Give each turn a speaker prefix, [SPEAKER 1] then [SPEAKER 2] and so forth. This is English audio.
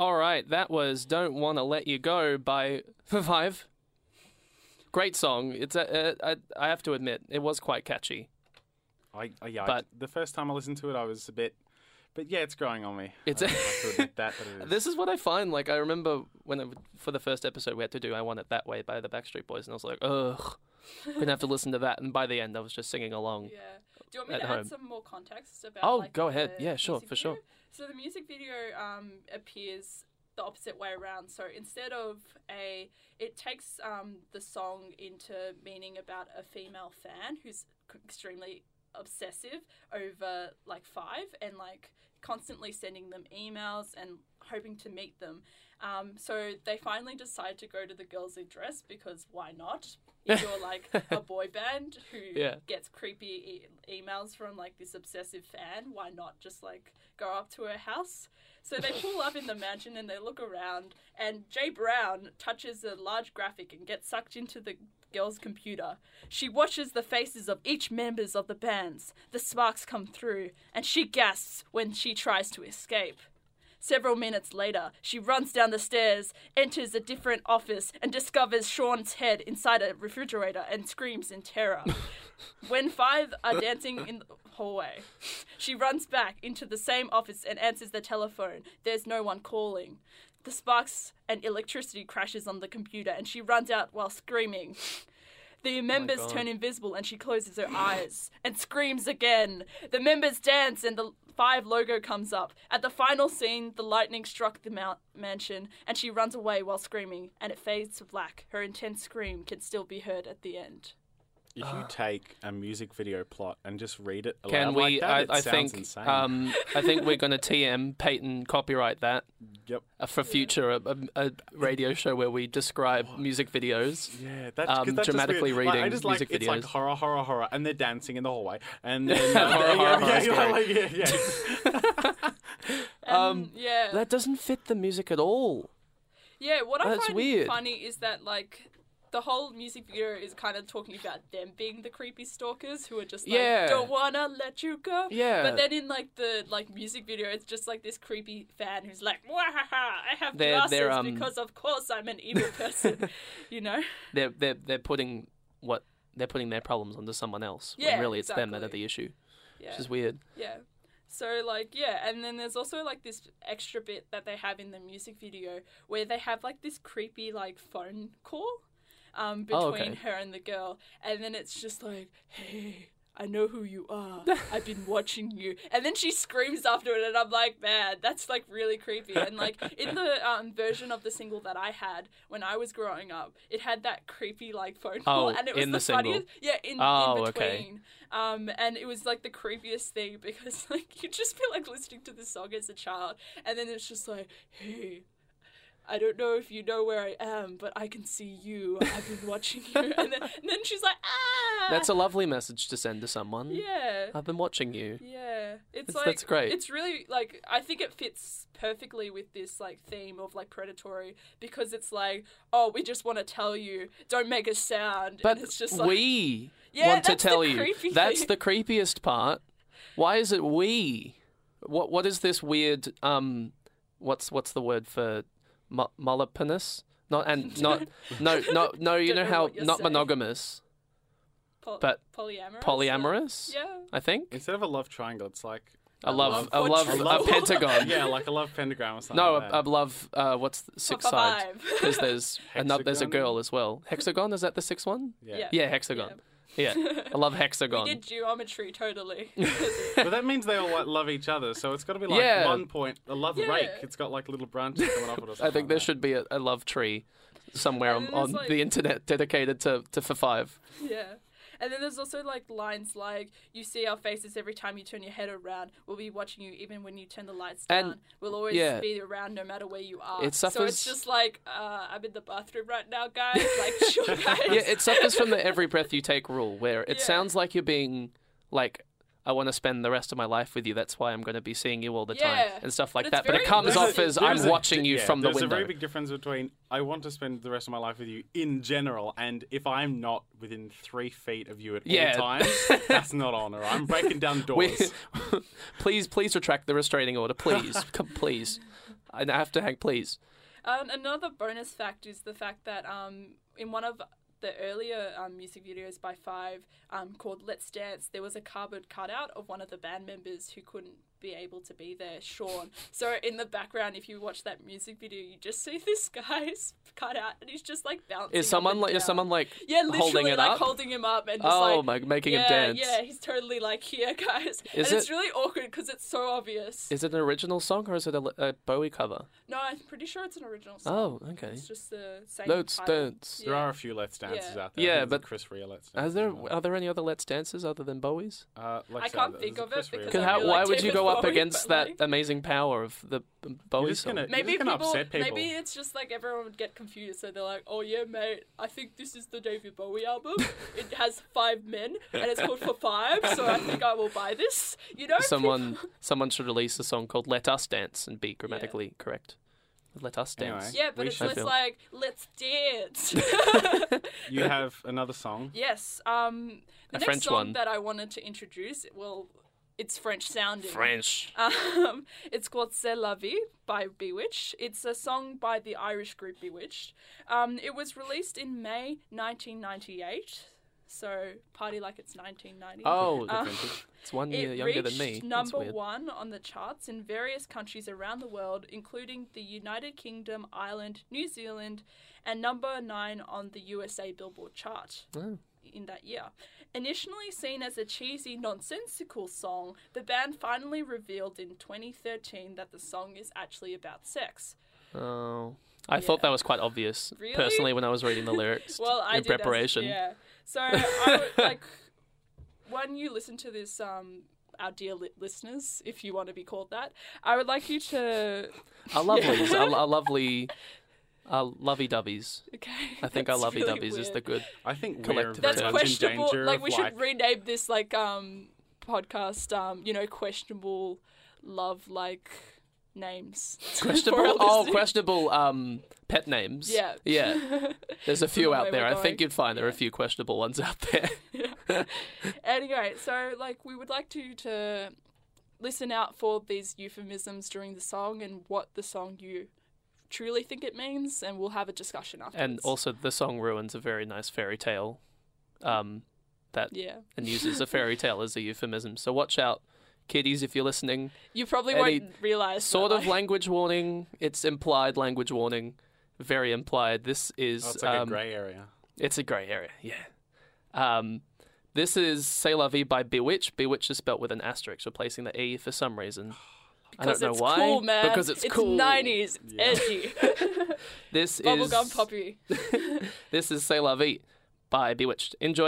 [SPEAKER 1] All right, that was "Don't Want to Let You Go" by Five. Great song. It's a, a, a, I have to admit, it was quite catchy.
[SPEAKER 2] I, I yeah, I-
[SPEAKER 1] But-
[SPEAKER 2] the first time I listened to it, I was a bit, but yeah, it's growing on me.
[SPEAKER 1] It's
[SPEAKER 2] I
[SPEAKER 1] a-
[SPEAKER 2] have to admit that. But it is.
[SPEAKER 1] This is what I find. Like I remember when it, for the first episode we had to do "I Want It That Way" by the Backstreet Boys, and I was like, ugh, gonna have to listen to that. And by the end, I was just singing along.
[SPEAKER 3] Yeah. Do you want me
[SPEAKER 1] At
[SPEAKER 3] to
[SPEAKER 1] home.
[SPEAKER 3] add some more context about?
[SPEAKER 1] Oh,
[SPEAKER 3] like,
[SPEAKER 1] go ahead.
[SPEAKER 3] the
[SPEAKER 1] Yeah, sure,
[SPEAKER 3] music
[SPEAKER 1] for sure.
[SPEAKER 3] video? So the music video um, appears the opposite way around. So instead of a, it takes um, the song into meaning about a female fan who's c- extremely obsessive over like five and like constantly sending them emails and hoping to meet them. Um, so they finally decide to go to the girls in dress because why not? If you're like a boy band who
[SPEAKER 1] Yeah.
[SPEAKER 3] gets creepy e- emails from like this obsessive fan, why not just like go up to her house? So they pull up in the mansion and they look around, and Jay Brown touches a large graphic and gets sucked into the girl's computer. She watches the faces of each members of the bands. The sparks come through, and she gasps when she tries to escape. Several minutes later, she runs down the stairs, enters a different office, and discovers Sean's head inside a refrigerator and screams in terror. when five are dancing in the hallway, she runs back into the same office and answers the telephone. There's no one calling. The sparks and electricity crashes on the computer, and she runs out while screaming. The members
[SPEAKER 1] God.
[SPEAKER 3] turn invisible and she closes her eyes and screams again. The members dance and the five logo comes up. At the final scene, the lightning struck the mount- mansion and she runs away while screaming and it fades to black. Her intense scream can still be heard at the end.
[SPEAKER 2] If you take a music video plot and just read it, aloud
[SPEAKER 1] Can
[SPEAKER 2] like
[SPEAKER 1] we?
[SPEAKER 2] that,
[SPEAKER 1] I,
[SPEAKER 2] it
[SPEAKER 1] I
[SPEAKER 2] sounds
[SPEAKER 1] think.
[SPEAKER 2] insane.
[SPEAKER 1] Um, I think we're gonna TM Peyton copyright that
[SPEAKER 2] yep.
[SPEAKER 1] uh, for future a, a, a radio show where we describe music videos.
[SPEAKER 2] Yeah, that's, 'cause
[SPEAKER 1] um,
[SPEAKER 2] that's just
[SPEAKER 1] dramatically
[SPEAKER 2] weird. Like, I
[SPEAKER 1] reading
[SPEAKER 2] just like,
[SPEAKER 1] music
[SPEAKER 2] It's like
[SPEAKER 1] videos.
[SPEAKER 2] horror, horror, horror, and they're dancing in the hallway, and then, uh,
[SPEAKER 1] Horror,
[SPEAKER 2] yeah,
[SPEAKER 1] horror,
[SPEAKER 2] yeah,
[SPEAKER 1] horror
[SPEAKER 2] yeah, yeah, yeah, yeah.
[SPEAKER 3] And, yeah.
[SPEAKER 1] That doesn't fit the music at all.
[SPEAKER 3] Yeah, what I
[SPEAKER 1] That's
[SPEAKER 3] find
[SPEAKER 1] weird.
[SPEAKER 3] funny is that like the whole music video is kind of talking about them being the creepy stalkers who are just like
[SPEAKER 1] Yeah.
[SPEAKER 3] don't wanna let you go.
[SPEAKER 1] Yeah.
[SPEAKER 3] But then in like the like music video, it's just like this creepy fan who's like, "Mwahaha, I have
[SPEAKER 1] They're-
[SPEAKER 3] glasses
[SPEAKER 1] they're, um,
[SPEAKER 3] because of course I'm an evil person," you know?
[SPEAKER 1] They're they're they're putting what they're putting their problems onto someone else. when
[SPEAKER 3] Yeah,
[SPEAKER 1] really it's them that are
[SPEAKER 3] exactly.
[SPEAKER 1] the issue,
[SPEAKER 3] Yeah.
[SPEAKER 1] which is weird.
[SPEAKER 3] Yeah. So like yeah, and then there's also like this extra bit that they have in the music video where they have like this creepy like phone call um between
[SPEAKER 1] Oh, okay.
[SPEAKER 3] her and the girl and then it's just like, "Hey, I know who you are. I've been watching you." And then she screams after it and I'm like, "Man, that's like really creepy." And like in the um version of the single that I had when I was growing up, it had that creepy like phone call
[SPEAKER 1] Oh,
[SPEAKER 3] and it was
[SPEAKER 1] in
[SPEAKER 3] the,
[SPEAKER 1] the single.
[SPEAKER 3] funniest yeah, in, in
[SPEAKER 1] Oh,
[SPEAKER 3] between.
[SPEAKER 1] okay.
[SPEAKER 3] Um, and it was like the creepiest thing because like you'd just be like listening to this song as a child, and then it's just like, hey, I don't know if you know where I am, but I can see you. I've been watching you, and then, and then she's like, ah,
[SPEAKER 1] That's a lovely message to send to someone.
[SPEAKER 3] yeah.
[SPEAKER 1] I've been watching you.
[SPEAKER 3] Yeah, it's
[SPEAKER 1] That's-
[SPEAKER 3] like
[SPEAKER 1] that's great.
[SPEAKER 3] It's really like I think it fits perfectly with this like theme of like predatory because it's like oh we just want to tell you don't make a sound
[SPEAKER 1] But
[SPEAKER 3] and it's just like
[SPEAKER 1] we
[SPEAKER 3] Yeah,
[SPEAKER 1] want to
[SPEAKER 3] that's the
[SPEAKER 1] tell
[SPEAKER 3] creepy
[SPEAKER 1] you. That's
[SPEAKER 3] thing.
[SPEAKER 1] the creepiest part. Why is it we? What what is this weird um what's what's the word for mo- molopinous? Not and not no no no you
[SPEAKER 3] Don't
[SPEAKER 1] know
[SPEAKER 3] know
[SPEAKER 1] how
[SPEAKER 3] what you're
[SPEAKER 1] not
[SPEAKER 3] saying.
[SPEAKER 1] monogamous,
[SPEAKER 3] pol-
[SPEAKER 1] but
[SPEAKER 3] polyamorous
[SPEAKER 1] polyamorous?
[SPEAKER 3] yeah
[SPEAKER 1] I think.
[SPEAKER 2] Instead of a love triangle, it's like
[SPEAKER 1] I love
[SPEAKER 3] love
[SPEAKER 1] I love
[SPEAKER 3] quadru-
[SPEAKER 1] a
[SPEAKER 2] love-
[SPEAKER 1] pentagon.
[SPEAKER 2] yeah, like a love pentagram or something.
[SPEAKER 1] Um, No,
[SPEAKER 2] like that.
[SPEAKER 1] I, I love uh, what's
[SPEAKER 3] Oh,
[SPEAKER 1] the six sides
[SPEAKER 3] Five.
[SPEAKER 1] because there's another there's a
[SPEAKER 2] Hexagon?
[SPEAKER 1] girl as well. Hexagon is that the sixth one?
[SPEAKER 3] Yeah.
[SPEAKER 1] Yeah, hexagon. Yeah, I love hexagon.
[SPEAKER 3] We did geometry totally.
[SPEAKER 2] but that means they all like, love each other, so it's got to be like
[SPEAKER 1] Yeah.
[SPEAKER 2] one point a love
[SPEAKER 3] Yeah.
[SPEAKER 2] rake. It's got like little branches coming off it or something.
[SPEAKER 1] I think there should be a, a love tree somewhere on,
[SPEAKER 3] And there's,
[SPEAKER 1] on
[SPEAKER 3] like-
[SPEAKER 1] the internet dedicated to, to for five.
[SPEAKER 3] yeah. And then there's also like lines like you see our faces every time you turn your head around. We'll be watching you even when you turn the lights
[SPEAKER 1] And-
[SPEAKER 3] down. we'll always
[SPEAKER 1] yeah.
[SPEAKER 3] be around no matter where you are.
[SPEAKER 1] It
[SPEAKER 3] So it's
[SPEAKER 1] suffers-
[SPEAKER 3] just like uh, I'm in the bathroom right now, guys. Like chill, guys.
[SPEAKER 1] Yeah, it suffers from the every breath you take rule, where it
[SPEAKER 3] Yeah.
[SPEAKER 1] sounds like you're being like, I want to spend the rest of my life with you. That's why I'm going to be seeing you all the time
[SPEAKER 3] Yeah.
[SPEAKER 1] and stuff like
[SPEAKER 3] But it's
[SPEAKER 1] that. But it
[SPEAKER 3] very
[SPEAKER 1] comes
[SPEAKER 3] There's
[SPEAKER 1] off
[SPEAKER 3] a-
[SPEAKER 1] as
[SPEAKER 3] there's
[SPEAKER 1] I'm
[SPEAKER 3] a-
[SPEAKER 1] watching you
[SPEAKER 2] yeah,
[SPEAKER 1] from the
[SPEAKER 2] There's a
[SPEAKER 1] window.
[SPEAKER 2] very big difference between I want to spend the rest of my life with you in general, and if I'm not within three feet of you at
[SPEAKER 1] Yeah.
[SPEAKER 2] all times, that's not on. Or I'm breaking down
[SPEAKER 1] We-
[SPEAKER 2] doors.
[SPEAKER 1] please, please retract the restraining order, please, come, please. And after Hank, please.
[SPEAKER 3] Um, another bonus fact is the fact that um, in one of the earlier um, music videos by Five um, called Let's Dance, there was a cardboard cutout of one of the band members who couldn't be able to be there, Sean. So in the background, if you watch that music video, you just see this guy's cutout and he's just like bouncing.
[SPEAKER 1] Is someone like
[SPEAKER 3] like
[SPEAKER 1] is someone like
[SPEAKER 3] yeah, literally
[SPEAKER 1] holding it
[SPEAKER 3] like
[SPEAKER 1] up?
[SPEAKER 3] holding him up and just
[SPEAKER 1] oh
[SPEAKER 3] like
[SPEAKER 1] my, making
[SPEAKER 3] yeah,
[SPEAKER 1] him dance?
[SPEAKER 3] yeah, he's totally like here, guys.
[SPEAKER 1] Is
[SPEAKER 3] and
[SPEAKER 1] it-
[SPEAKER 3] it's really awkward because it's so obvious.
[SPEAKER 1] Is it an original song or is it a, a Bowie cover?
[SPEAKER 3] no, I'm pretty sure it's an original song.
[SPEAKER 1] Oh, okay.
[SPEAKER 3] It's just the same.
[SPEAKER 1] Let's
[SPEAKER 3] title.
[SPEAKER 1] dance.
[SPEAKER 2] There
[SPEAKER 3] Yeah.
[SPEAKER 2] are a few Let's Dances
[SPEAKER 3] Yeah.
[SPEAKER 2] out there. I
[SPEAKER 1] Yeah,
[SPEAKER 2] think there's a
[SPEAKER 1] but-
[SPEAKER 2] Chris Rea Let's
[SPEAKER 1] Are
[SPEAKER 2] Dance.
[SPEAKER 1] there
[SPEAKER 2] as well.
[SPEAKER 1] are there any other Let's Dances other than Bowie's?
[SPEAKER 2] Uh, like
[SPEAKER 3] I
[SPEAKER 2] said,
[SPEAKER 3] can't
[SPEAKER 2] there's
[SPEAKER 3] think
[SPEAKER 2] a
[SPEAKER 3] of it
[SPEAKER 2] Chris Rea
[SPEAKER 3] because
[SPEAKER 1] Because
[SPEAKER 2] Let's
[SPEAKER 3] I
[SPEAKER 1] how,
[SPEAKER 2] Dance.
[SPEAKER 3] really
[SPEAKER 1] why
[SPEAKER 3] like
[SPEAKER 1] would you
[SPEAKER 3] David
[SPEAKER 1] go up
[SPEAKER 3] Bowie,
[SPEAKER 1] against
[SPEAKER 3] but,
[SPEAKER 1] that
[SPEAKER 3] like-
[SPEAKER 1] amazing power of the b- Bowie
[SPEAKER 2] just
[SPEAKER 1] song?
[SPEAKER 2] gonna-
[SPEAKER 3] Maybe
[SPEAKER 2] It's gonna
[SPEAKER 3] people,
[SPEAKER 2] upset people.
[SPEAKER 3] Maybe it's just like everyone would get confused, so they're like, "Oh yeah, mate, I think this is the David Bowie album. it has five men, and it's called For Five, so I think I will buy this." You know,
[SPEAKER 1] someone someone should release a song called "Let Us Dance" and be grammatically correct. Let us dance.
[SPEAKER 2] Anyway.
[SPEAKER 3] Yeah, but
[SPEAKER 2] We
[SPEAKER 3] it's
[SPEAKER 2] should-
[SPEAKER 1] I
[SPEAKER 3] just
[SPEAKER 1] feel-
[SPEAKER 3] like, "Let's dance."
[SPEAKER 2] You have another song.
[SPEAKER 3] yes. Um, the
[SPEAKER 1] A
[SPEAKER 3] next
[SPEAKER 1] French
[SPEAKER 3] song
[SPEAKER 1] one.
[SPEAKER 3] that I wanted to introduce, well, it's French sounding.
[SPEAKER 1] French.
[SPEAKER 3] Um, it's called C'est la vie by Bewitched. It's a song by the Irish group Bewitched. Um, it was released in May 1998. So, party like it's 1990.
[SPEAKER 1] Oh,
[SPEAKER 3] Um,
[SPEAKER 1] it's one year
[SPEAKER 3] it
[SPEAKER 1] younger than
[SPEAKER 3] reached
[SPEAKER 1] me. That's
[SPEAKER 3] number
[SPEAKER 1] weird.
[SPEAKER 3] one on the charts in various countries around the world, including the United Kingdom, Ireland, New Zealand, and number nine on the USA Billboard chart
[SPEAKER 1] Oh.
[SPEAKER 3] in that year. Initially seen as a cheesy, nonsensical song, the band finally revealed in 2013 that the song is actually about sex.
[SPEAKER 1] Oh. I thought
[SPEAKER 3] Yeah.
[SPEAKER 1] that was quite obvious,
[SPEAKER 3] Really?
[SPEAKER 1] personally, when I was reading the lyrics
[SPEAKER 3] Well, I
[SPEAKER 1] in
[SPEAKER 3] did as-
[SPEAKER 1] preparation.
[SPEAKER 3] yeah. So, I would, like, when you listen to this, um, our dear li- listeners, if you want to be called that, I would like you to.
[SPEAKER 1] Our lovelies, our, our lovely, our lovey-doveys.
[SPEAKER 3] Okay.
[SPEAKER 1] I think our
[SPEAKER 3] that's really
[SPEAKER 1] lovey-doveys is the
[SPEAKER 3] weird.
[SPEAKER 1] good.
[SPEAKER 2] I think we're
[SPEAKER 1] Collective
[SPEAKER 3] That's
[SPEAKER 1] term.
[SPEAKER 2] very much in
[SPEAKER 3] questionable.
[SPEAKER 2] danger
[SPEAKER 3] Like
[SPEAKER 2] of
[SPEAKER 3] we should
[SPEAKER 2] like
[SPEAKER 3] rename this like um podcast um you know questionable love like names. for our
[SPEAKER 1] Questionable. Oh,
[SPEAKER 3] listeners.
[SPEAKER 1] questionable um, pet names.
[SPEAKER 3] Yeah.
[SPEAKER 1] Yeah. There's a
[SPEAKER 3] Don't
[SPEAKER 1] few
[SPEAKER 3] know
[SPEAKER 1] out
[SPEAKER 3] where
[SPEAKER 1] there.
[SPEAKER 3] we're
[SPEAKER 1] I think
[SPEAKER 3] going.
[SPEAKER 1] you'd find there are a
[SPEAKER 3] Yeah.
[SPEAKER 1] few questionable ones out there.
[SPEAKER 3] anyway, so like we would like to to listen out for these euphemisms during the song and what the song you truly think it means, and we'll have a discussion afterwards.
[SPEAKER 1] and also, the song ruins a very nice fairy tale, um, that
[SPEAKER 3] yeah,
[SPEAKER 1] and uses a fairy tale as a euphemism. So watch out, kiddies, if you're listening.
[SPEAKER 3] you probably
[SPEAKER 1] Any
[SPEAKER 3] won't realize
[SPEAKER 1] Sort
[SPEAKER 3] that,
[SPEAKER 1] of language warning. It's implied language warning. Very implied. This is.
[SPEAKER 2] oh, it's like a
[SPEAKER 1] um,
[SPEAKER 2] grey area.
[SPEAKER 1] It's a grey area, yeah. Um, this is C'est la vie by Bewitch. Bewitch is spelt with an asterisk, replacing the E for some reason. I don't
[SPEAKER 3] because
[SPEAKER 1] know
[SPEAKER 3] it's
[SPEAKER 1] why.
[SPEAKER 3] cool, man.
[SPEAKER 1] Because it's, cool.
[SPEAKER 3] 90s, it's
[SPEAKER 2] Yeah.
[SPEAKER 3] edgy.
[SPEAKER 1] This is
[SPEAKER 3] Bubblegum puppy.
[SPEAKER 1] This is C'est la vie by Bewitched. Enjoy.